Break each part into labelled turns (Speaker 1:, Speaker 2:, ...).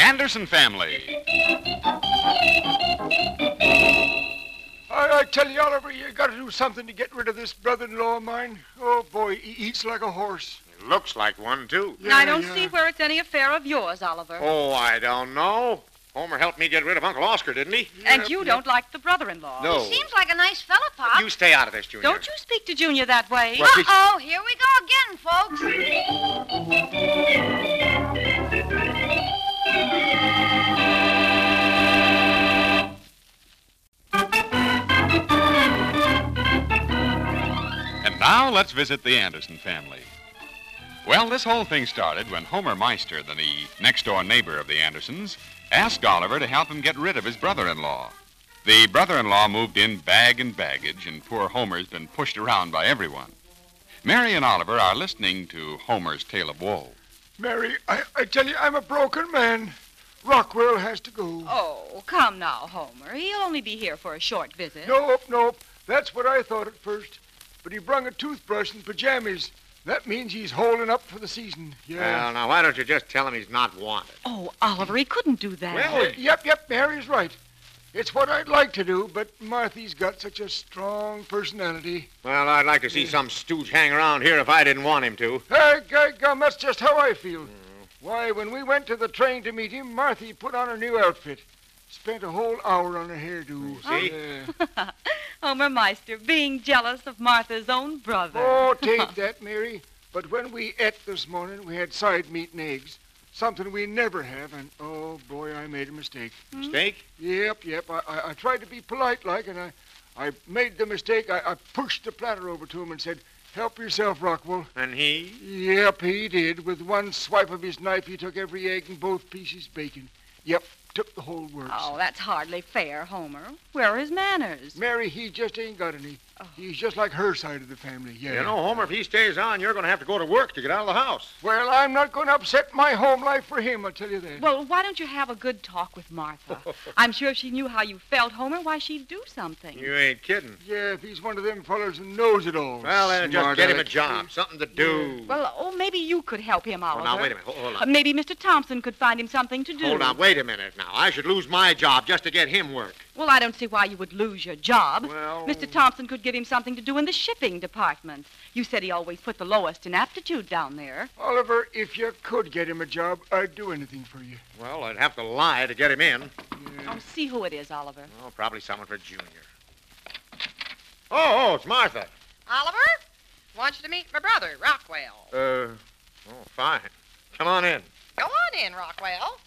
Speaker 1: Anderson family.
Speaker 2: I, I tell you, Oliver, you gotta do something to get rid of this brother-in-law of mine. Oh, boy, he eats like a horse.
Speaker 3: Looks like one, too.
Speaker 4: And I don't
Speaker 2: yeah.
Speaker 4: see where it's any affair of yours, Oliver.
Speaker 3: Oh, I don't know. Homer helped me get rid of Uncle Oscar, didn't he?
Speaker 4: and you don't like the brother-in-law.
Speaker 3: No.
Speaker 5: He seems like a nice fella, Pop.
Speaker 3: You stay out of this, Junior.
Speaker 4: Don't you speak to Junior that way.
Speaker 3: Well, did-
Speaker 5: Uh-oh, here we go again, folks.
Speaker 1: And now let's visit the Anderson family. Well, this whole thing started when Homer Meister, the next door neighbor of the Andersons, asked Oliver to help him get rid of his brother in law. The brother in law moved in bag and baggage, and poor Homer's been pushed around by everyone. Mary and Oliver are listening to Homer's tale of woe.
Speaker 2: Mary, I, I tell you, I'm a broken man. Rockwell has to go.
Speaker 4: Oh, come now, Homer. He'll only be here for a short visit.
Speaker 2: Nope, nope. That's what I thought at first. But he brung a toothbrush and pajamas. That means he's holding up for the season. Yeah.
Speaker 3: Well, now, why don't you just tell him he's not wanted?
Speaker 4: Oh, Oliver, he couldn't do that.
Speaker 3: Well-
Speaker 2: Uh, yep, yep, Mary's right. It's what I'd like to do, but Marthy's got such a strong personality.
Speaker 3: Well, I'd like to see some stooge hang around here if I didn't want him to.
Speaker 2: Hey, guy gum, that's just how I feel. Why, when we went to the train to meet him, Marthy put on her new outfit. Spent a whole hour on her hairdo.
Speaker 3: see?
Speaker 2: Yeah.
Speaker 4: Oh. Homer Meister being jealous of Martha's own brother.
Speaker 2: oh, take that, Mary. But when we ate this morning, we had side meat and eggs. Something we never have, and oh boy, I made a mistake.
Speaker 3: Hmm? Mistake?
Speaker 2: Yep, yep. I, I, I tried to be polite like, and I, I made the mistake. I, I pushed the platter over to him and said, Help yourself, Rockwell.
Speaker 3: And he?
Speaker 2: Yep, he did. With one swipe of his knife, he took every egg and both pieces bacon. Yep, took the whole works.
Speaker 4: Oh, that's hardly fair, Homer. Where are his manners? Oh.
Speaker 2: Mary, he just ain't got any. He's just like her side of the family. Yeah.
Speaker 3: You know, Homer, if he stays on, you're going to have to go to work to get out of the house.
Speaker 2: Well, I'm not going to upset my home life for him. I'll tell you that.
Speaker 4: Well, why don't you have a good talk with Martha? I'm sure if she knew how you felt, Homer, why she'd do something.
Speaker 3: You ain't kidding.
Speaker 2: yeah, if he's one of them fellows who knows it all.
Speaker 3: Well, then just
Speaker 2: Smart
Speaker 3: get him a
Speaker 2: aleck.
Speaker 3: job, something to do.
Speaker 4: Well, oh, maybe you could help him,
Speaker 3: Oh,
Speaker 4: Oliver.
Speaker 3: now, wait a minute. Ho- Hold
Speaker 4: Uh,
Speaker 3: on.
Speaker 4: maybe Mr. Thompson could find him something to do.
Speaker 3: Hold on. Wait a minute now. I should lose my job just to get him work.
Speaker 4: Well, I don't see why you would lose your job.
Speaker 3: Well-
Speaker 4: Mr. Thompson could give him something to do in the shipping department. You said he always put the lowest in aptitude down there.
Speaker 2: Oliver, if you could get him a job, I'd do anything for you.
Speaker 3: Well, I'd have to lie to get him in.
Speaker 4: Oh, see who it is, Oliver.
Speaker 3: Hmm. Oh, probably someone for Junior. Oh, oh, it's Martha.
Speaker 6: Oliver wants you to meet my brother, Rockwell.
Speaker 3: Uh, oh, fine. Come on in.
Speaker 6: Go on in, Rockwell.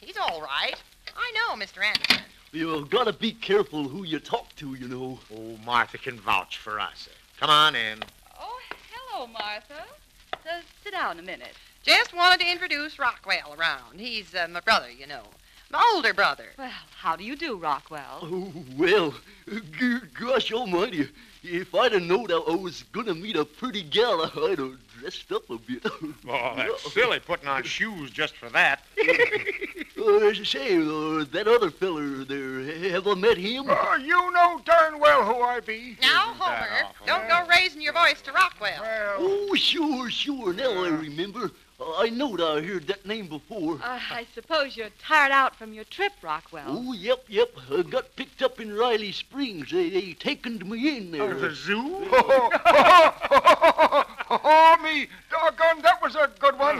Speaker 6: He's all right. I know, Mr. Anderson.
Speaker 7: You've got to be careful who you talk to, you know.
Speaker 3: Oh, Martha can vouch for us. Come on in.
Speaker 4: Oh, hello, Martha. Uh, sit down a minute.
Speaker 6: Just wanted to introduce Rockwell around. He's uh, my brother, you know. My older brother.
Speaker 4: Well, how do you do, Rockwell?
Speaker 7: Oh, well, g- gosh almighty. If I'd have known I was going to meet a pretty gal, I'd have dressed up a bit.
Speaker 3: Oh, that's silly putting on shoes just for that.
Speaker 7: uh, say, uh, that other feller there, have I met him?
Speaker 2: Oh, you know darn well who I be.
Speaker 6: Now,
Speaker 3: that
Speaker 6: Homer,
Speaker 3: awful?
Speaker 6: don't go raising your voice to Rockwell.
Speaker 2: Well,
Speaker 7: Oh, sure, sure. Now I remember. Uh, I knowed I heard that name before.
Speaker 4: Uh, I suppose you're tired out from your trip, Rockwell.
Speaker 7: Oh, yep, yep. I got picked up in Riley Springs. They, they taken me in there.
Speaker 3: zoo?
Speaker 2: oh, oh, oh, oh, oh, me. Doggone, that was a good
Speaker 7: Oh,
Speaker 2: one.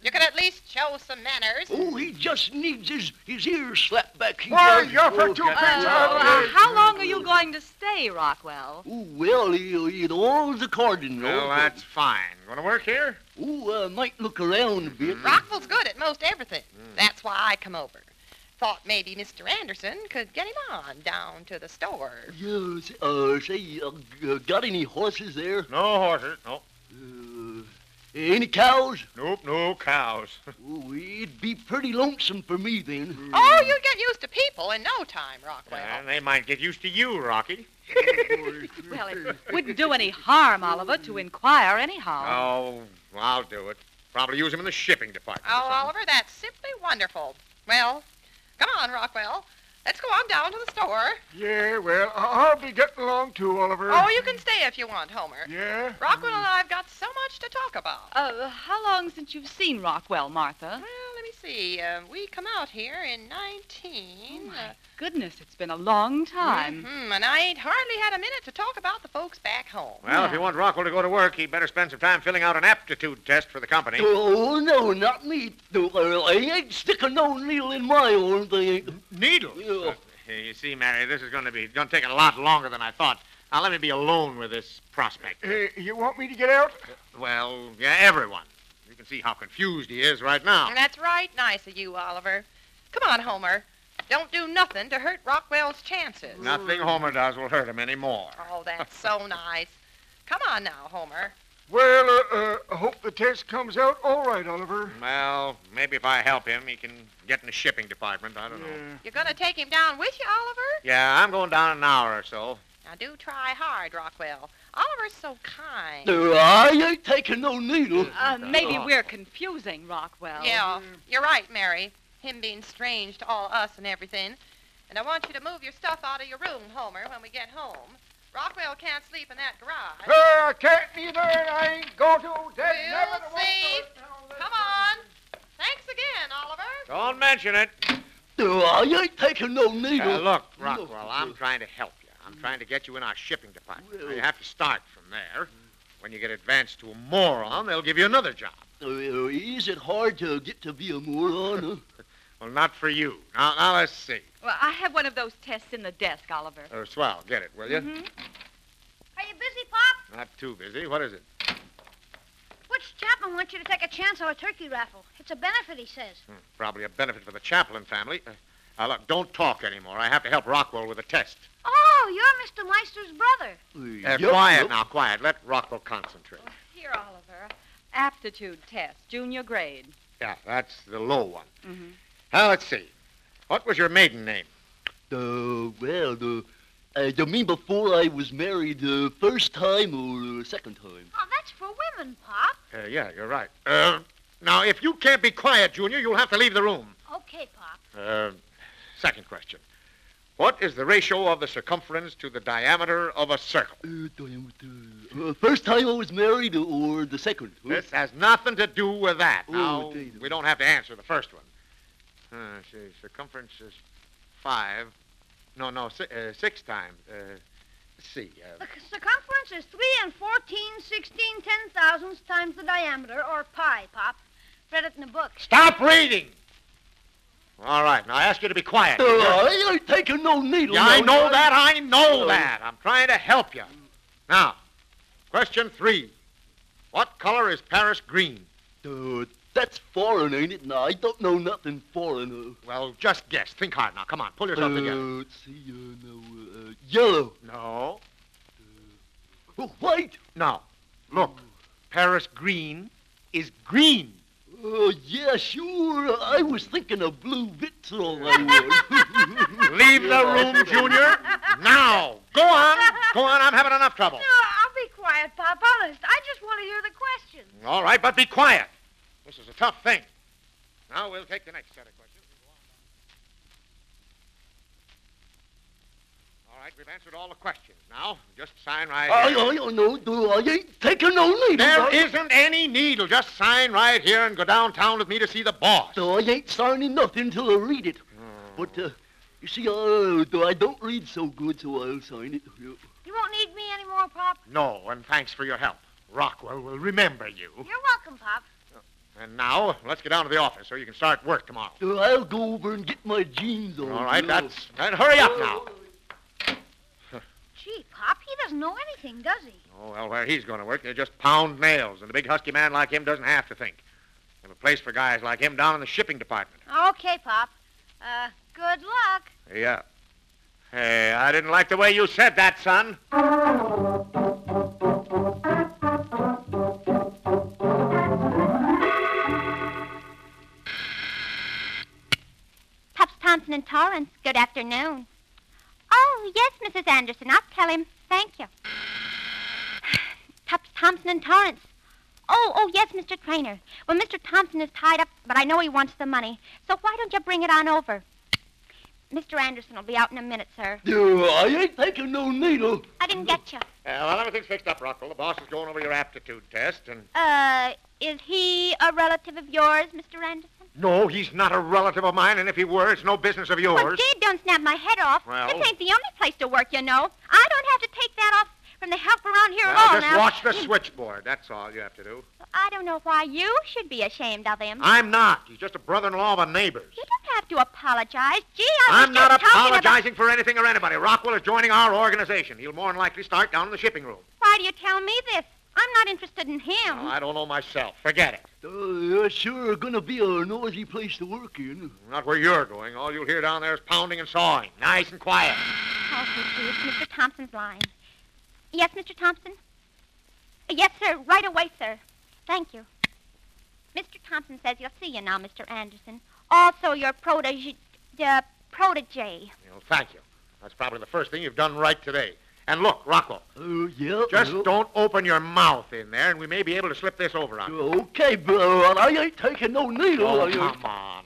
Speaker 6: You could at least show some manners.
Speaker 7: Oh, he just needs his, his ears slapped back. He
Speaker 2: Why,
Speaker 7: does.
Speaker 2: you're for
Speaker 7: Oh,
Speaker 2: two
Speaker 7: God.
Speaker 2: pence.
Speaker 4: Uh,
Speaker 2: Oliver.
Speaker 4: how long are you going to stay, Rockwell?
Speaker 7: Oh, well, he, he'd owns the cardinal.
Speaker 3: Well, that's fine. Want to work here? Mm-hmm.
Speaker 7: Oh, I might look around a bit.
Speaker 6: Rockwell's good at most everything. That's why I come over. Thought maybe Mr. Anderson could get him on down to the store.
Speaker 7: Yeah, say, uh, say, uh, g- uh, got any horses there?
Speaker 3: No horses. No.
Speaker 7: Uh, any cows?
Speaker 3: Nope, no cows.
Speaker 7: Oh, it'd be pretty lonesome for me then.
Speaker 6: Oh, you'll get used to people in no time, Rockwell.
Speaker 3: And they might get used to you, Rocky.
Speaker 4: Well, it wouldn't do any harm, Oliver, to inquire
Speaker 7: Uh-huh.
Speaker 4: anyhow.
Speaker 3: Oh, I'll do it. Probably use them in the shipping department. or
Speaker 6: Oh,
Speaker 3: something.
Speaker 6: Oliver, that's simply wonderful. Well, come on, Rockwell. Let's go on down to the store.
Speaker 2: Yeah, well, I- I'll be getting along too, Oliver.
Speaker 6: Oh, you can stay if you want, Homer.
Speaker 2: Yeah?
Speaker 6: Rockwell and I've got so much to talk about.
Speaker 4: Uh, how long since you've seen Rockwell, Martha?
Speaker 3: Hmm?
Speaker 6: Well, let me see. see. Uh, we come out here in 19. uh,
Speaker 4: Goodness, it's been a long time.
Speaker 3: Mm-hmm.
Speaker 6: mhm, and I ain't hardly had a minute to talk about the folks back
Speaker 7: Uh-huh.
Speaker 6: home.
Speaker 3: Well, if you want Rockwell to go to work, he'd better spend some time filling out an aptitude test for the company.
Speaker 7: Oh, no, not me. No, uh, I ain't sticking no needle in my arm. They ain't.
Speaker 3: Needle.
Speaker 7: Yeah.
Speaker 3: you see, Mary, this is going to be going to take a lot longer than I thought. Now let me be alone with this prospect. Uh,
Speaker 2: Hey, you want me to get out?
Speaker 3: Well, yeah, everyone. You can see how confused he is right now.
Speaker 6: Mm, That's right. Nice of you, Oliver. Come on, Homer. Don't do nothing to hurt Rockwell's chances.
Speaker 3: Nothing Homer does will hurt him any more.
Speaker 6: Oh, that's so nice. Come on now, Homer.
Speaker 2: Well, uh, uh, I hope the test comes out all right, Oliver.
Speaker 3: Well, maybe if I help him, he can get in the shipping department. I don't know.
Speaker 2: Yeah.
Speaker 6: You're going to take him down with you, Oliver?
Speaker 3: Yeah, I'm going down in an hour or so.
Speaker 6: Now, do try hard, Rockwell. Oliver's so kind.
Speaker 7: No, I Oh. ain't taking no needle.
Speaker 4: Uh,
Speaker 3: Oh.
Speaker 4: maybe we're confusing Rockwell. Mm.
Speaker 6: Yeah, you're right, Mary. Him being strange to all us and everything. And I want you to move your stuff out of your room, Homer, when we get home. Rockwell can't sleep in that garage.
Speaker 2: Uh, I can't neither, and I ain't going to. Dad, never
Speaker 6: We'll
Speaker 2: to walk
Speaker 6: see.
Speaker 2: those down there.
Speaker 6: Come on. Thanks again, Oliver.
Speaker 3: Don't mention it.
Speaker 7: No, I ain't taking no needle.
Speaker 3: Uh, look,
Speaker 7: No.
Speaker 3: Rockwell, I'm trying to help you. I'm trying to get you in our shipping department. Now,
Speaker 7: Well-
Speaker 3: you have to start from there. When you get advanced to a moron, they'll give you another job.
Speaker 7: Uh, is it hard to get to be a moron? huh?
Speaker 3: Well, not for you. Now, now let's see.
Speaker 4: Well, I have one of those tests in the desk, Oliver.
Speaker 3: Oh, swell, get it, will you?
Speaker 4: Mm-hmm.
Speaker 5: Are you busy, Pop?
Speaker 3: Not too busy. What is it?
Speaker 5: Butch Chapman wants you to take a chance on a turkey raffle. It's a benefit, he says.
Speaker 3: Probably a benefit for the Chaplin family. Uh, now, look, don't talk anymore. I have to help Rockwell with a test.
Speaker 5: Oh, you're Mr. Meister's brother.
Speaker 3: Uh,
Speaker 7: Yup,
Speaker 3: quiet
Speaker 7: yup.
Speaker 3: now, quiet. Let Rockwell concentrate.
Speaker 4: Here, Oliver. Aptitude test, junior grade.
Speaker 3: Yeah, that's the low one.
Speaker 4: Mhm.
Speaker 3: Now, let's see. What was your maiden name?
Speaker 7: Uh, well, the, uh, you mean before I was married the first time or the second time?
Speaker 5: Oh, that's for women, Pop.
Speaker 3: Uh, yeah, you're right. Uh, now, if you can't be quiet, Junior, you'll have to leave the room.
Speaker 5: Okay, Pop.
Speaker 3: Uh, second question. What is the ratio of the circumference to the diameter of a circle?
Speaker 7: Uh, damn it, uh, uh, first time I was married or the second? huh?
Speaker 3: This has nothing to do with that.
Speaker 7: Oh,
Speaker 3: now,
Speaker 7: dear.
Speaker 3: we don't have to answer the first one. Uh, see, circumference is five. No, no, si- uh, six times. Uh, let's see. Uh,
Speaker 5: The c- circumference is 3 and 14, 16, 10 thousandths times the diameter, or pi, Pop. Read it in the book.
Speaker 3: stop reading! All right, now I ask you to be quiet.
Speaker 7: Uh,
Speaker 3: Junior.
Speaker 7: I ain't taking no needle.
Speaker 3: Yeah, I
Speaker 7: no,
Speaker 3: know
Speaker 7: I-
Speaker 3: that. I know
Speaker 7: Oh.
Speaker 3: that. I'm trying to help you. Now, question three. What color is Paris green?
Speaker 7: Uh, that's foreign, ain't it? Nah, I don't know nothing foreign.
Speaker 3: Well, just guess. Think hard now. Come on, pull
Speaker 7: Uh,
Speaker 3: yourself
Speaker 7: uh,
Speaker 3: together.
Speaker 7: let's see, uh, no, uh, yellow.
Speaker 3: No,
Speaker 7: Oh, white.
Speaker 3: no. Look, Paris green is green.
Speaker 7: Oh, yeah, sure. I was thinking of blue bits all I was.
Speaker 3: Leave the room, Junior. Now, go on, go on. I'm having enough trouble.
Speaker 5: No, I'll be quiet, Pop. Honest, I just want to hear the question.
Speaker 3: All right, but be quiet. This is a tough thing. Now we'll take the next set of questions. and go on down. All right, we've answered all the questions. Now, just sign right
Speaker 7: I, I
Speaker 3: here.
Speaker 7: don't know, do I ain't taking no needle.
Speaker 3: There
Speaker 7: I,
Speaker 3: isn't any needle. Just sign right here and go downtown with me to see the boss.
Speaker 7: No, I ain't signing nothing till I read it. But, uh, you see, uh, though I don't read so good, so I'll sign it. Yeah.
Speaker 5: You won't need me anymore, Pop.
Speaker 3: No, Oh, and thanks for your help. Rockwell will remember you.
Speaker 5: You're welcome, Pop.
Speaker 3: And now, let's get down to the office so you can start work tomorrow.
Speaker 7: Uh, I'll go over and get my jeans on.
Speaker 3: All right,
Speaker 7: yeah.
Speaker 3: that's. And hurry up now.
Speaker 5: Gee, Pop, he doesn't know anything, does he?
Speaker 3: Oh, well, where he's going to work, they just pound nails, and a big husky man like him doesn't have to think. They have a place for guys like him down in the shipping department.
Speaker 5: Okay, Pop. Uh, good luck.
Speaker 3: Yeah. Hey, I didn't like the way you said that, son.
Speaker 8: Pops Thompson and Torrance. Good afternoon. Oh, yes, Mrs. Anderson. I'll tell him. Thank you. Pops Thompson and Torrance. Oh, oh, yes, Mr. Trainer. Well, Mr. Thompson is tied up, but I know he wants the money. So why don't you bring it on over? Mr. Anderson will be out in a minute, sir.
Speaker 7: No, I ain't taking no needle.
Speaker 8: I didn't get you.
Speaker 3: Uh, well, everything's fixed up, Rockwell. The boss is going over your aptitude test, and
Speaker 8: Uh, is he a relative of yours, Mr. Anderson?
Speaker 3: No, he's not a relative of mine, and if he were, it's no business of
Speaker 8: Well,
Speaker 3: yours.
Speaker 8: Jade, don't snap my head off.
Speaker 3: Well-
Speaker 8: This ain't the only place to work, you know. I don't have to take that off from the help around here
Speaker 3: Well,
Speaker 8: at all
Speaker 3: just
Speaker 8: now.
Speaker 3: watch the switchboard. That's all you have to do.
Speaker 8: I don't know why you should be ashamed of him.
Speaker 3: I'm not. He's just a brother-in-law of a neighbor's.
Speaker 8: You don't have to apologize. Gee, I was
Speaker 3: I'm not
Speaker 8: just talking about-
Speaker 3: apologizing for anything or anybody. Rockwell is joining our organization. He'll more than likely start down in the shipping room.
Speaker 8: Why do you tell me this? I'm not interested in him.
Speaker 3: Well, I don't know myself. Forget it.
Speaker 7: Uh, yeah, sure, gonna be a noisy place to work in.
Speaker 3: Not where you're going. All you'll hear down there is pounding and sawing. Nice and quiet.
Speaker 8: Oh, please, it's Mr. Thompson's line. Yes, Mr. Thompson? Yes, sir. Right away, sir. Thank you. Mr. Thompson says he'll see you now, Mr. Anderson. Also, your protege, uh, protege.
Speaker 3: Well, thank you. That's probably the first thing you've done right today. And look, Rockwell,
Speaker 7: Uh, yeah.
Speaker 3: just
Speaker 7: yeah.
Speaker 3: don't open your mouth in there, and we may be able to slip this over on you.
Speaker 7: Okay, bro. I ain't taking no needle.
Speaker 3: Oh,
Speaker 7: I- uh,
Speaker 3: come on.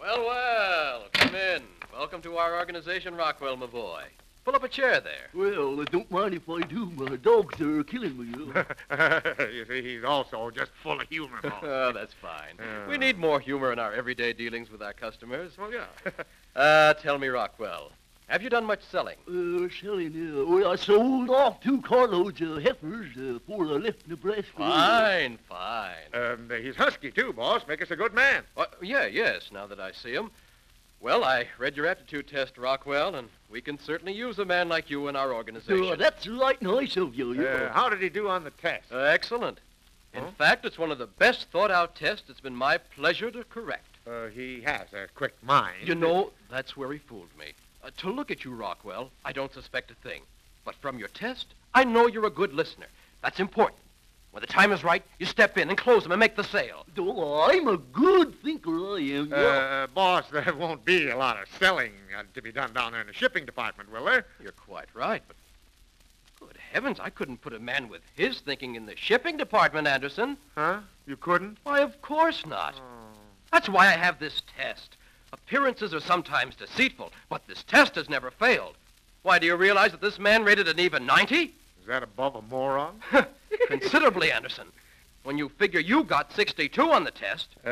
Speaker 9: Well, well, come in. Welcome to our organization, Rockwell, my boy. Pull up a chair there.
Speaker 7: Well, I don't mind if I do. My dogs are killing me. uh.
Speaker 3: you see, he's also just full of humor. Paul.
Speaker 9: Oh, that's fine.
Speaker 3: Yeah.
Speaker 9: We need more humor in our everyday dealings with our customers.
Speaker 3: well, yeah.
Speaker 9: Uh, tell me, Rockwell, have you done much selling?
Speaker 7: Uh, selling, uh, well, I sold off two carloads of heifers uh, for I left Nebraska.
Speaker 9: Fine, fine.
Speaker 3: um, he's husky, too, boss. Make us a good man.
Speaker 9: Uh, yeah, yes, now that I see him. Well, I read your aptitude test, Rockwell, and we can certainly use a man like you in our organization.
Speaker 7: Uh, that's right nice of you. you
Speaker 3: Uh,
Speaker 7: know.
Speaker 3: how did he do on the test?
Speaker 9: Uh, excellent. In fact, it's one of the best thought out tests it's been my pleasure to correct.
Speaker 3: Uh, he has a quick mind.
Speaker 9: You know, that's where he fooled me. Uh, to look at you, Rockwell, I don't suspect a thing. But from your test, I know you're a good listener. That's important. When the time is right, you step in and close them and make the sale.
Speaker 7: Oh, I'm a good thinker, I am. yeah.
Speaker 3: Uh, boss, there won't be a lot of selling uh, to be done down there in the shipping department, will there?
Speaker 9: You're quite right, but good heavens, I couldn't put a man with his thinking in the shipping department, Anderson.
Speaker 3: Huh? You couldn't? Oh.
Speaker 9: Why, of course not. That's why I have this test. Appearances are sometimes deceitful, but this test has never failed. Why, do you realize that this man rated an even 90?
Speaker 3: Is that above a moron?
Speaker 9: Considerably, Anderson. When you figure you got 62 on the test.
Speaker 3: Uh,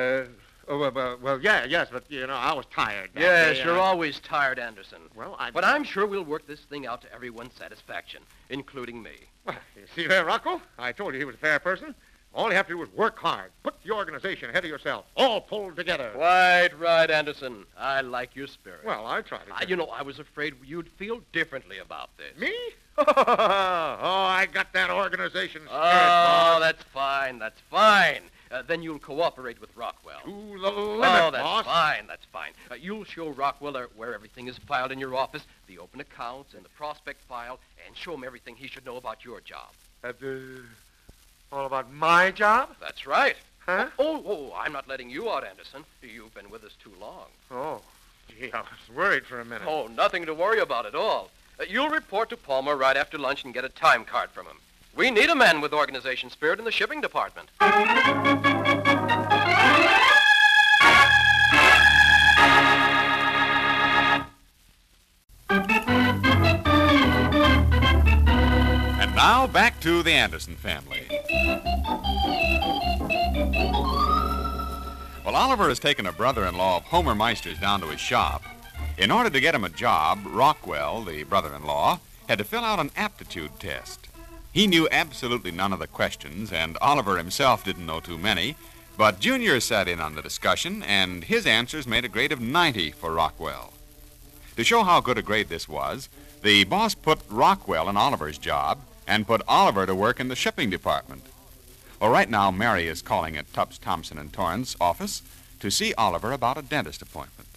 Speaker 3: oh, well, well, well, yeah, yes, but, you know, I was tired. that
Speaker 9: Yes,
Speaker 3: day,
Speaker 9: you're
Speaker 3: I-
Speaker 9: always tired, Anderson.
Speaker 3: Well, I...
Speaker 9: But I'm sure we'll work this thing out to everyone's satisfaction, including me.
Speaker 3: Well, you see there, Rocco? I told you he was a fair person. All you have to do is work hard. Put the organization ahead of yourself. All pulled together.
Speaker 9: Quite right, Anderson. I like your spirit.
Speaker 3: Well, I tried to...
Speaker 9: I, you know, I was afraid you'd feel differently about this.
Speaker 3: Me? oh, I got that organization spirit,
Speaker 9: Oh,
Speaker 3: boss.
Speaker 9: that's fine. That's fine. Uh, then you'll cooperate with Rockwell.
Speaker 3: To the limit,
Speaker 9: Oh, that's
Speaker 3: boss.
Speaker 9: fine. That's fine. Uh, you'll show Rockwell uh, where everything is filed in your office, the open accounts and the prospect file, and show him everything he should know about your job.
Speaker 3: That's, uh, all about my job?
Speaker 9: That's right.
Speaker 3: Huh?
Speaker 9: Oh, oh, I'm not letting you out, Anderson. You've been with us too long.
Speaker 3: Oh, gee, I was worried for a minute.
Speaker 9: Oh, nothing to worry about at all. Uh, you'll report to Palmer right after lunch and get a time card from him. We need a man with organization spirit in the shipping department.
Speaker 1: And now back to the Anderson family. Well, Oliver has taken a brother in law of Homer Meister's down to his shop. In order to get him a job, Rockwell, the brother in law, had to fill out an aptitude test. He knew absolutely none of the questions, and Oliver himself didn't know too many, but Junior sat in on the discussion, and his answers made a grade of 90 for Rockwell. To show how good a grade this was, the boss put Rockwell in Oliver's job and put Oliver to work in the shipping department. Well, right now, Mary is calling at Tubbs, Thompson, and Torrance office to see Oliver about a dentist appointment.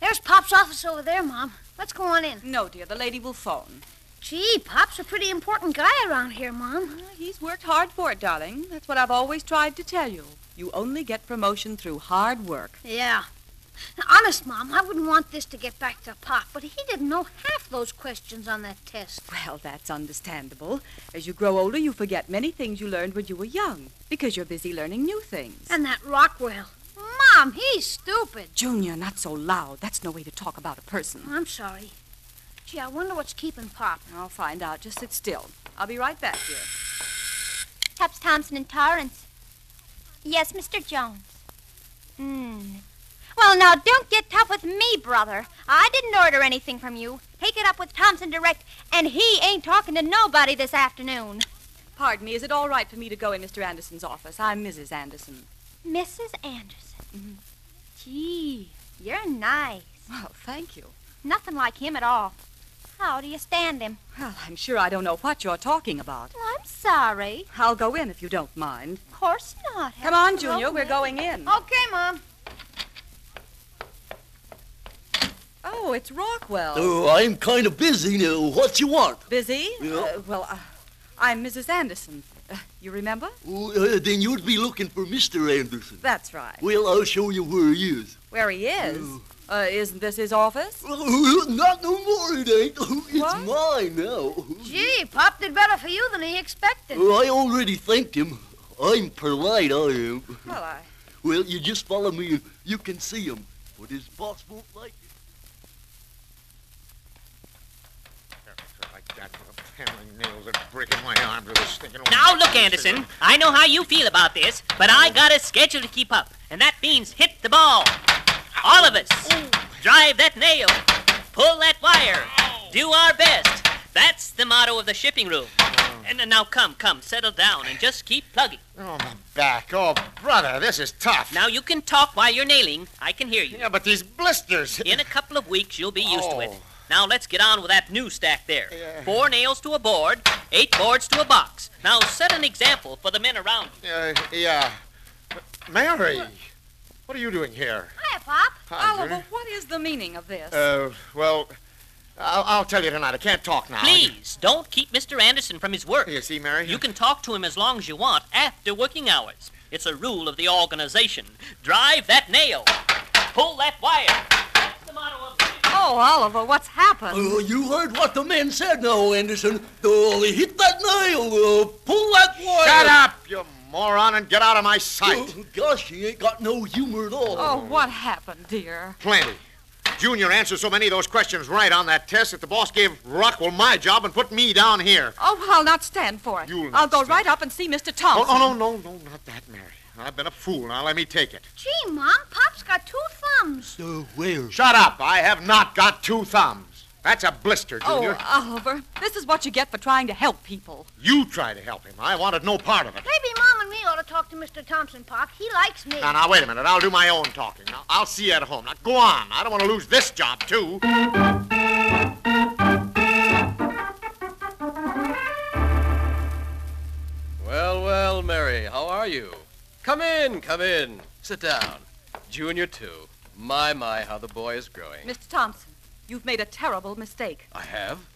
Speaker 5: There's Pop's office over there, Mom. Let's go on in.
Speaker 4: No, dear, the lady will phone.
Speaker 5: Gee, Pop's a pretty important guy around here, Mom.
Speaker 4: Well, Uh, he's worked hard for it, darling. That's what I've always tried to tell you. You only get promotion through hard work.
Speaker 5: Yeah. Honest, Mom, I wouldn't want this to get back to Pop, but he didn't know half those questions on that test.
Speaker 4: Well, that's understandable. As you grow older, you forget many things you learned when you were young because you're busy learning new things.
Speaker 5: And that Rockwell. Mom, he's stupid.
Speaker 4: Junior, not so loud. That's no way to talk about a person.
Speaker 5: I'm sorry. Gee, I wonder what's keeping Pop.
Speaker 4: I'll find out. Just sit still. I'll be right back, dear.
Speaker 8: Tubbs, Thompson, and Torrance. Yes, Mr. Jones. Hmm. Well, now, don't get tough with me, brother. I didn't order anything from you. Take it up with Thompson direct, and he ain't talking to nobody this afternoon.
Speaker 4: Pardon me, is it all right for me to go in Mr. Anderson's office? I'm Mrs. Anderson.
Speaker 8: Mrs. Anderson. Mm-hmm. Gee, you're nice.
Speaker 4: Well, thank you.
Speaker 8: Nothing like him at all. How do you stand him?
Speaker 4: Well, I'm sure I don't know what you're talking about.
Speaker 8: Well, I'm sorry.
Speaker 4: I'll go in if you don't mind.
Speaker 8: Of course not.
Speaker 4: Come on, Junior, we're going in.
Speaker 5: Okay, Mom.
Speaker 4: Oh, it's Rockwell.
Speaker 7: Oh, I'm kind of busy now. What you want?
Speaker 4: Busy?
Speaker 7: Yeah.
Speaker 4: Uh, well, uh, I'm Mrs. Anderson. Uh, you remember?
Speaker 7: Oh, uh, then you'd be looking for Mr. Anderson.
Speaker 4: That's right.
Speaker 7: Well, I'll show you where he is.
Speaker 4: Where he is?
Speaker 7: Oh.
Speaker 4: Uh, isn't this his office?
Speaker 7: Oh, not no more, it ain't. Oh, It's
Speaker 4: What?
Speaker 7: mine now.
Speaker 5: Gee, Pop did better for you than he expected.
Speaker 7: Oh, I already thanked him. I'm polite, I am.
Speaker 4: Well, I.
Speaker 7: Well, you just follow me and you can see him. But his boss won't like it.
Speaker 3: Like that, with a hammer and nails and breaking my arm to the stinking old-
Speaker 10: Now look, Anderson, I know how you feel about this, but I got a schedule to keep up, and that means hit the ball. All of us. Drive that nail. Pull that wire. Do our best. That's the motto of the shipping room. And uh, now come, come, settle down and just keep plugging.
Speaker 3: Oh, my back. Oh, brother, this is tough.
Speaker 10: Now you can talk while you're nailing. I can hear you.
Speaker 3: Yeah, but these blisters.
Speaker 10: In a couple of weeks, you'll be used to it.
Speaker 3: Oh.
Speaker 10: Now let's get on with that new stack there.
Speaker 3: Yeah.
Speaker 10: Four nails to a board, eight boards to a box. Now set an example for the men around you.
Speaker 3: Uh, yeah. Mary, what are you doing here?
Speaker 5: Hiya, Pop.
Speaker 3: Hi, Junior.
Speaker 4: Oliver, what is the meaning of this?
Speaker 3: Uh, well, I'll, I'll tell you tonight. I can't talk now.
Speaker 10: Please don't keep Mr. Anderson from his work.
Speaker 3: You see, Mary?
Speaker 10: You can talk to him as long as you want after working hours. It's a rule of the organization. Drive that nail. Pull that wire. That's the motto of the
Speaker 4: oh, Oliver, what's happened?
Speaker 7: Oh, you heard what the man said now, Anderson. Oh, hit that nail. Uh, pull that wire.
Speaker 3: Shut up, you moron, and get out of my sight.
Speaker 7: Oh, gosh, he ain't got no humor at all.
Speaker 4: Oh, what happened, dear?
Speaker 3: Plenty. Junior answered so many of those questions right on that test that the boss gave Rockwell my job and put me down here.
Speaker 4: Oh, well, I'll not stand for it.
Speaker 3: You'll not
Speaker 4: I'll go
Speaker 3: stand.
Speaker 4: right up and see Mr.
Speaker 3: Oh,
Speaker 4: Thompson.
Speaker 3: no, no, no, no, not that, Mary. I've been a fool. Now let me take it.
Speaker 5: Gee, Mom, Pop's got two thumbs.
Speaker 7: So where?
Speaker 3: Shut up. I have not got two thumbs. That's a blister, Junior.
Speaker 4: Oh, Oliver, this is what you get for trying to help people.
Speaker 3: You try to help him. I wanted no part of it.
Speaker 5: Maybe Mom and me ought to talk to Mr. Thompson, Pop. He likes me.
Speaker 3: Now, now, wait a minute. I'll do my own talking. Now, I'll see you at home. Now, go on. I don't want to lose this job, too. Uh,
Speaker 9: Well, well, Mary, how are you? Come in, come in. Sit down. Junior, too. My, my, how the boy is growing.
Speaker 4: Mr. Thompson, you've made a terrible mistake.
Speaker 9: I have?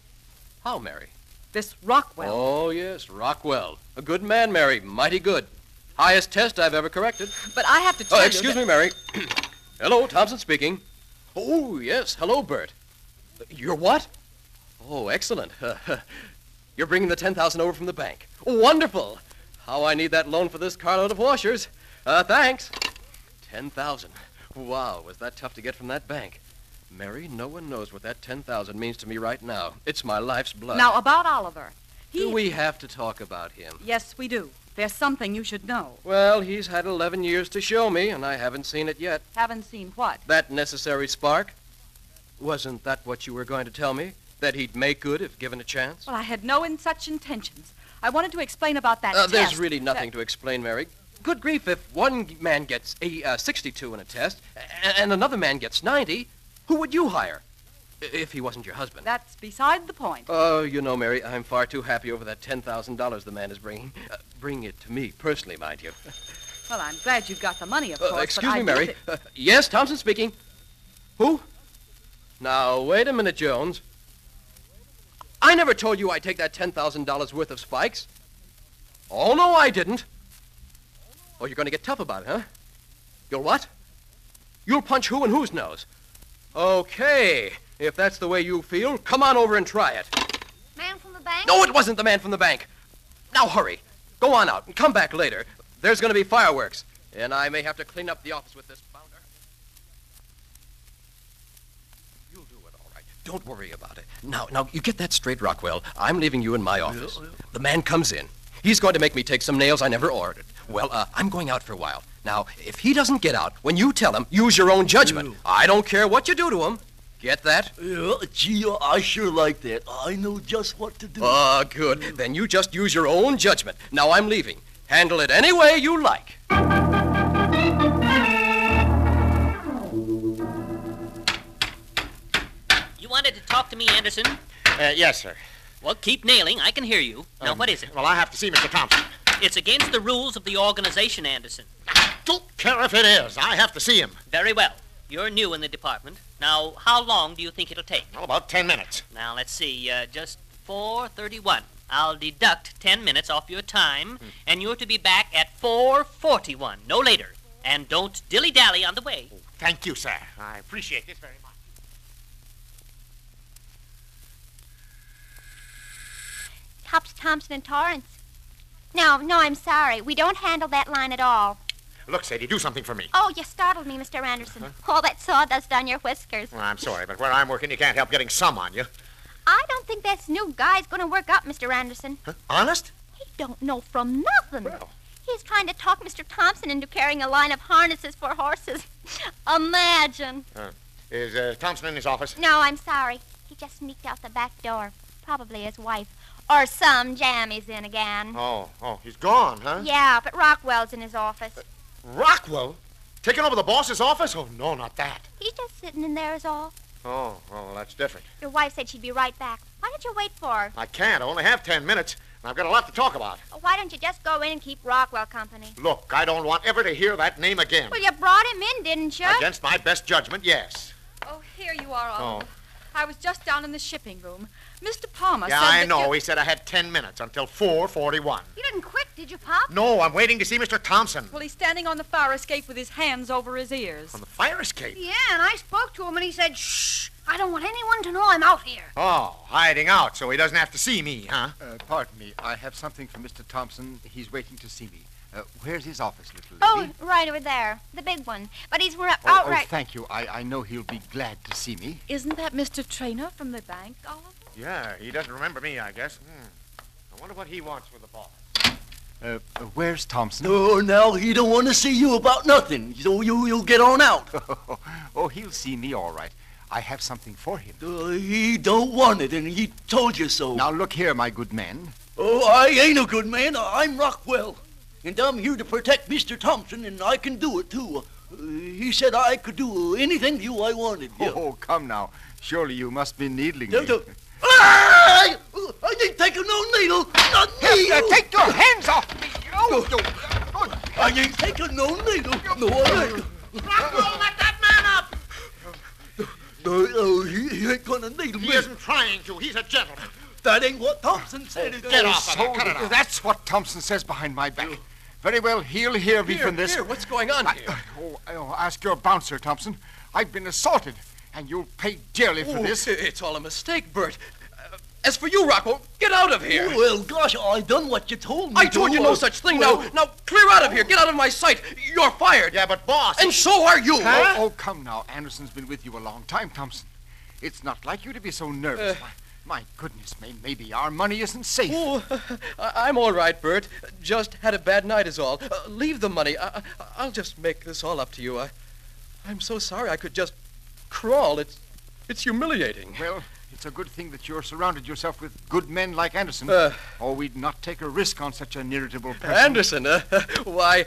Speaker 9: How, Mary?
Speaker 4: This Rockwell.
Speaker 9: Oh, yes, Rockwell. A good man, Mary. Mighty good. Highest test I've ever corrected.
Speaker 4: But I have to tell
Speaker 9: Oh,
Speaker 4: you.
Speaker 9: excuse
Speaker 4: that-
Speaker 9: me, Mary. Hello, Thompson speaking. Oh, yes. Hello, Bert. You're what? Oh, excellent. You're bringing the 10000 over from the bank. Wonderful. How I need that loan for this carload of washers. Uh, thanks. 10000 Wow, was that tough to get from that bank. Mary, no one knows what that 10000 means to me right now. It's my life's blood.
Speaker 4: Now, about Oliver. He...
Speaker 9: Do we have to talk about him?
Speaker 4: Yes, we do. There's something you should know.
Speaker 9: Well, he's had 11 years to show me, and I haven't seen it yet.
Speaker 4: Haven't seen what?
Speaker 9: That necessary spark? Wasn't that what you were going to tell me? That he'd make good if given a chance?
Speaker 4: Well, I had no in such intentions. I wanted to explain about that
Speaker 9: Uh,
Speaker 4: test.
Speaker 9: there's really nothing to explain, Mary. Good grief, if one g- man gets a uh, 62 in a test and, and another man gets 90, who would you hire? I- If he wasn't your husband.
Speaker 4: That's beside the point.
Speaker 9: Oh, you know, Mary, I'm far too happy over that $10,000 the man is bringing. Uh, bring it to me personally, mind you.
Speaker 4: Well, I'm glad you've got the money, of
Speaker 9: Uh,
Speaker 4: course. but
Speaker 9: excuse
Speaker 4: I
Speaker 9: me,
Speaker 4: did
Speaker 9: Mary.
Speaker 4: it-
Speaker 9: Uh, yes, Thompson speaking. Who? Now, wait a minute, Jones. I never told you I'd take that $10,000 worth of spikes. Oh, no, I didn't. Oh, you're going to get tough about it, huh? You'll what? You'll punch who and whose nose. Okay. If that's the way you feel, come on over and try it.
Speaker 5: Man from the bank?
Speaker 9: No, it wasn't the man from the bank. Now hurry. Go on out and come back later. There's going to be fireworks, and I may have to clean up the office with this bounder. You'll do it all right. Don't worry about it. Now, now you get that straight, Rockwell. I'm leaving you in my office. The man comes in. He's going to make me take some nails I never ordered. Well, uh, I'm going out for a while. Now, if he doesn't get out, when you tell him, use your own judgment. I don't care what you do to him. Get that?
Speaker 7: Yeah, gee, uh, I sure like that. I know just what to do.
Speaker 9: Ah, good. Then you just use your own judgment. Now I'm leaving. Handle it any way you like.
Speaker 10: You wanted to talk to me, Anderson?
Speaker 3: Uh, yes, sir.
Speaker 10: Well, keep nailing. I can hear you. Now,
Speaker 3: Um,
Speaker 10: what is it?
Speaker 3: Well, I have to see Mr. Thompson.
Speaker 10: It's against the rules of the organization, Anderson.
Speaker 3: Don't care if it is. I have to see him.
Speaker 10: Very well. You're new in the department. Now, how long do you think it'll take?
Speaker 3: Well, about ten minutes.
Speaker 10: Now, let's see. Uh, just 4:31. I'll deduct ten minutes off your time,
Speaker 3: Hmm.
Speaker 10: and you're to be back at 4:41, no later. And don't dilly-dally on the way.
Speaker 3: Oh, Thank you, sir. I appreciate this very much.
Speaker 8: Tops Thompson and Torrance. No, no, I'm sorry. We don't handle that line at all.
Speaker 3: Look, Sadie, do something for me.
Speaker 8: Oh, you startled me, Mr. Anderson. All that sawdust on your whiskers.
Speaker 3: Well, I'm sorry, but where I'm working, you can't help getting some on you.
Speaker 8: I don't think this new guy's going to work up, Mr. Anderson.
Speaker 3: Honest?
Speaker 8: He don't know from nothing. He's trying to talk Mr. Thompson into carrying a line of harnesses for horses. Imagine.
Speaker 3: Uh, is uh, Thompson in his office?
Speaker 8: No, I'm sorry. He just sneaked out the back door. Probably his wife. Or some jammies in again.
Speaker 3: Oh, oh, he's gone, huh?
Speaker 8: Yeah, but Rockwell's in his office.
Speaker 3: Rockwell? Taking over the boss's office? Oh, no, not that.
Speaker 8: He's just sitting in there is all.
Speaker 3: Oh, oh, that's different.
Speaker 8: Your wife said she'd be right back. Why don't you wait for her?
Speaker 3: I can't. I only have ten minutes, and I've got a lot to talk about.
Speaker 8: Or Why don't you just go in and keep Rockwell company?
Speaker 3: Look, I don't want ever to hear that name again.
Speaker 8: Well, you brought him in, didn't you?
Speaker 3: Against my best judgment, yes.
Speaker 4: Oh, here you are,
Speaker 3: Oh.
Speaker 4: Oliver. I was just down in the shipping room. Mr. Palmer
Speaker 3: yeah,
Speaker 4: said
Speaker 3: I
Speaker 4: that
Speaker 3: know.
Speaker 4: You...
Speaker 3: He said I had ten minutes until 4.41.
Speaker 4: you didn't quit, did you, Pop?
Speaker 3: No, I'm waiting to see Mr. Thompson.
Speaker 4: Well, he's standing on the fire escape with his hands over his ears.
Speaker 3: On the fire escape?
Speaker 5: Yeah, and I spoke to him and he said, shh, I don't want anyone to know I'm out here.
Speaker 3: Oh, hiding out so he doesn't have to see me, huh?
Speaker 11: Uh, pardon me. I have something for Mr. Thompson. He's waiting to see me. Uh, where's his office, little
Speaker 8: Oh,
Speaker 11: lady?
Speaker 8: right over there. The big one. But he's ra-
Speaker 11: oh,
Speaker 8: outright.
Speaker 11: thank you. I, I know he'll be glad to see me.
Speaker 4: Isn't that Mr. Trainer from the bank, Oliver?
Speaker 3: Yeah, he doesn't remember me, I guess. Hmm. I wonder what he wants with the boss.
Speaker 11: Uh, uh, where's Thompson?
Speaker 7: No, now he don't want to see you about Oh, nothing. So you, you'll get on out.
Speaker 11: oh, he'll see me all right. I have something for him.
Speaker 7: Uh, he don't want it, and he told you so.
Speaker 11: Now look here, my good man.
Speaker 7: Oh, I ain't a good man. I'm Rockwell. And I'm here to protect Mr. Thompson, and I can do it, too. Uh, he said I could do anything to you I wanted. Yeah.
Speaker 11: Oh, come now. Surely you must be needling
Speaker 7: No,
Speaker 11: me.
Speaker 7: no. I, I ain't taking no needle. Not needle.
Speaker 11: take your hands off
Speaker 7: me. Oh, I ain't taking no needle. No, I ain't.
Speaker 3: Rockwell, let that man up!
Speaker 7: No, no, he, he ain't gonna needle me.
Speaker 3: He isn't trying to. He's a gentleman.
Speaker 7: That ain't what Thompson said. it
Speaker 3: get
Speaker 7: is.
Speaker 3: off of it. Cut it off.
Speaker 11: That's what Thompson says behind my back. Very well, he'll hear me
Speaker 9: Here,
Speaker 11: from this.
Speaker 9: here, what's going on
Speaker 11: I-
Speaker 9: here?
Speaker 11: Oh, oh, ask your bouncer, Thompson. I've been assaulted, and you'll pay dearly for
Speaker 9: Oh,
Speaker 11: this.
Speaker 9: It's all a mistake, Bert. Uh, as for you, Rocco, Oh, get out of here.
Speaker 7: Well, gosh, I done what you told me.
Speaker 9: I told
Speaker 7: to.
Speaker 9: you no
Speaker 7: Uh,
Speaker 9: such thing.
Speaker 7: well,
Speaker 9: now, now clear out of here. Get out of my sight. You're fired.
Speaker 3: Yeah, but boss.
Speaker 9: And so are you.
Speaker 11: Oh, oh, come now. Anderson's been with you a long time, Thompson. It's not like you to be so nervous.
Speaker 9: Uh.
Speaker 11: my, my goodness, may, maybe our money isn't safe.
Speaker 9: I- oh, I'm all right, Bert. Just had a bad night, is all. Uh, leave the money. I- I- I'll just make this all up to you. I- I'm so sorry. I could just crawl. It's, it's humiliating.
Speaker 11: Well, it's a good thing that you're surrounded yourself with good men like Anderson,
Speaker 9: Uh.
Speaker 11: or we'd not take a risk on such an irritable person.
Speaker 9: Anderson, uh, why,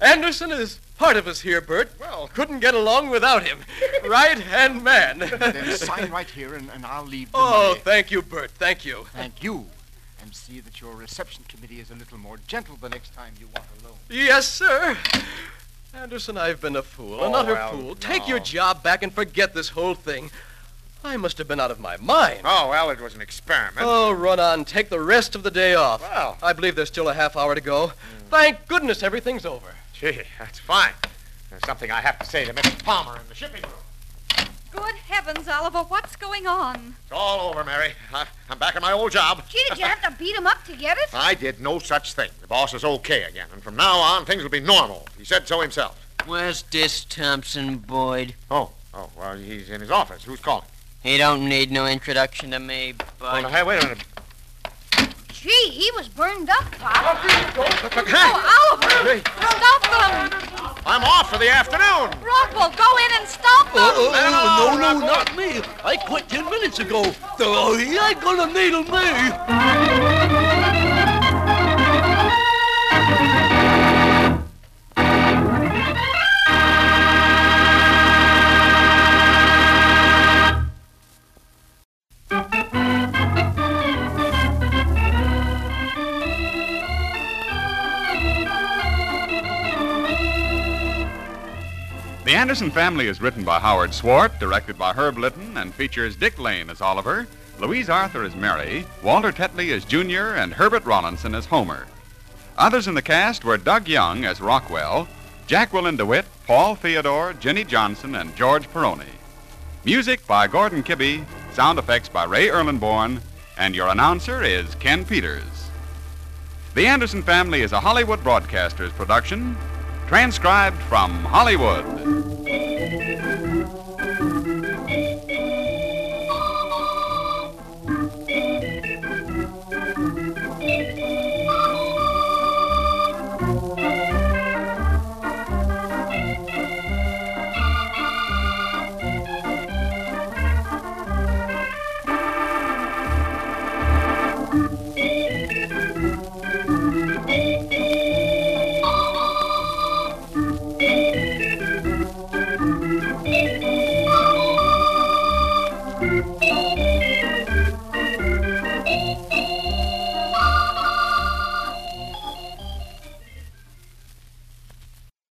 Speaker 9: Anderson is part of us here, Bert. Well, couldn't get along without him. Right hand man.
Speaker 11: then sign right here, and, and I'll leave the
Speaker 9: Oh,
Speaker 11: money.
Speaker 9: thank you, Bert. Thank you.
Speaker 11: Thank you. And see that your reception committee is a little more gentle the next time you want a loan.
Speaker 9: Yes, sir. Anderson, I've been a fool,
Speaker 11: Oh,
Speaker 9: another
Speaker 11: well,
Speaker 9: fool. Take your job back and forget this whole thing. I must have been out of my mind.
Speaker 3: Oh, well, it was an experiment.
Speaker 9: Oh, run on. Take the rest of the day off.
Speaker 3: Well.
Speaker 9: I believe there's still a half hour to go. Thank goodness everything's over.
Speaker 3: Gee, that's fine. There's something I have to say to Mrs. Palmer in the shipping room.
Speaker 4: Good heavens, Oliver, what's going on?
Speaker 3: It's all over, Mary. I, I'm back in my old job.
Speaker 5: Gee, did you have to beat him up to get it?
Speaker 3: I did no such thing. The boss is okay again, and from now on, things will be normal. He said so himself.
Speaker 12: Where's this Thompson Boyd?
Speaker 3: Oh, oh, well, he's in his office. Who's calling?
Speaker 12: He don't need no introduction to me,
Speaker 3: Well,
Speaker 12: but
Speaker 3: now, hey, wait a minute.
Speaker 5: Gee, he was burned up, Pop.
Speaker 13: Look, look, hey!
Speaker 5: Oh, Oliver!
Speaker 13: Hey,
Speaker 5: Stop them!
Speaker 13: I'm off for the afternoon.
Speaker 14: Rockwell, go in and stop them.
Speaker 7: Oh, oh, no, no, not me. I quit ten minutes ago. So he ain't gonna needle me.
Speaker 1: The Anderson Family is written by Howard Swart, directed by Herb Litton, and features Dick Lane as Oliver, Louise Arthur as Mary, Walter Tetley as Junior, and Herbert Rollinson as Homer. Others in the cast were Doug Young as Rockwell, Jacqueline DeWitt, Paul Theodore, Jenny Johnson, and George Peroni. Music by Gordon Kibbe, sound effects by Ray Erlenborn, and your announcer is Ken Peters. The Anderson Family is a Hollywood Broadcasters production, transcribed from Hollywood.
Speaker 15: Thank you.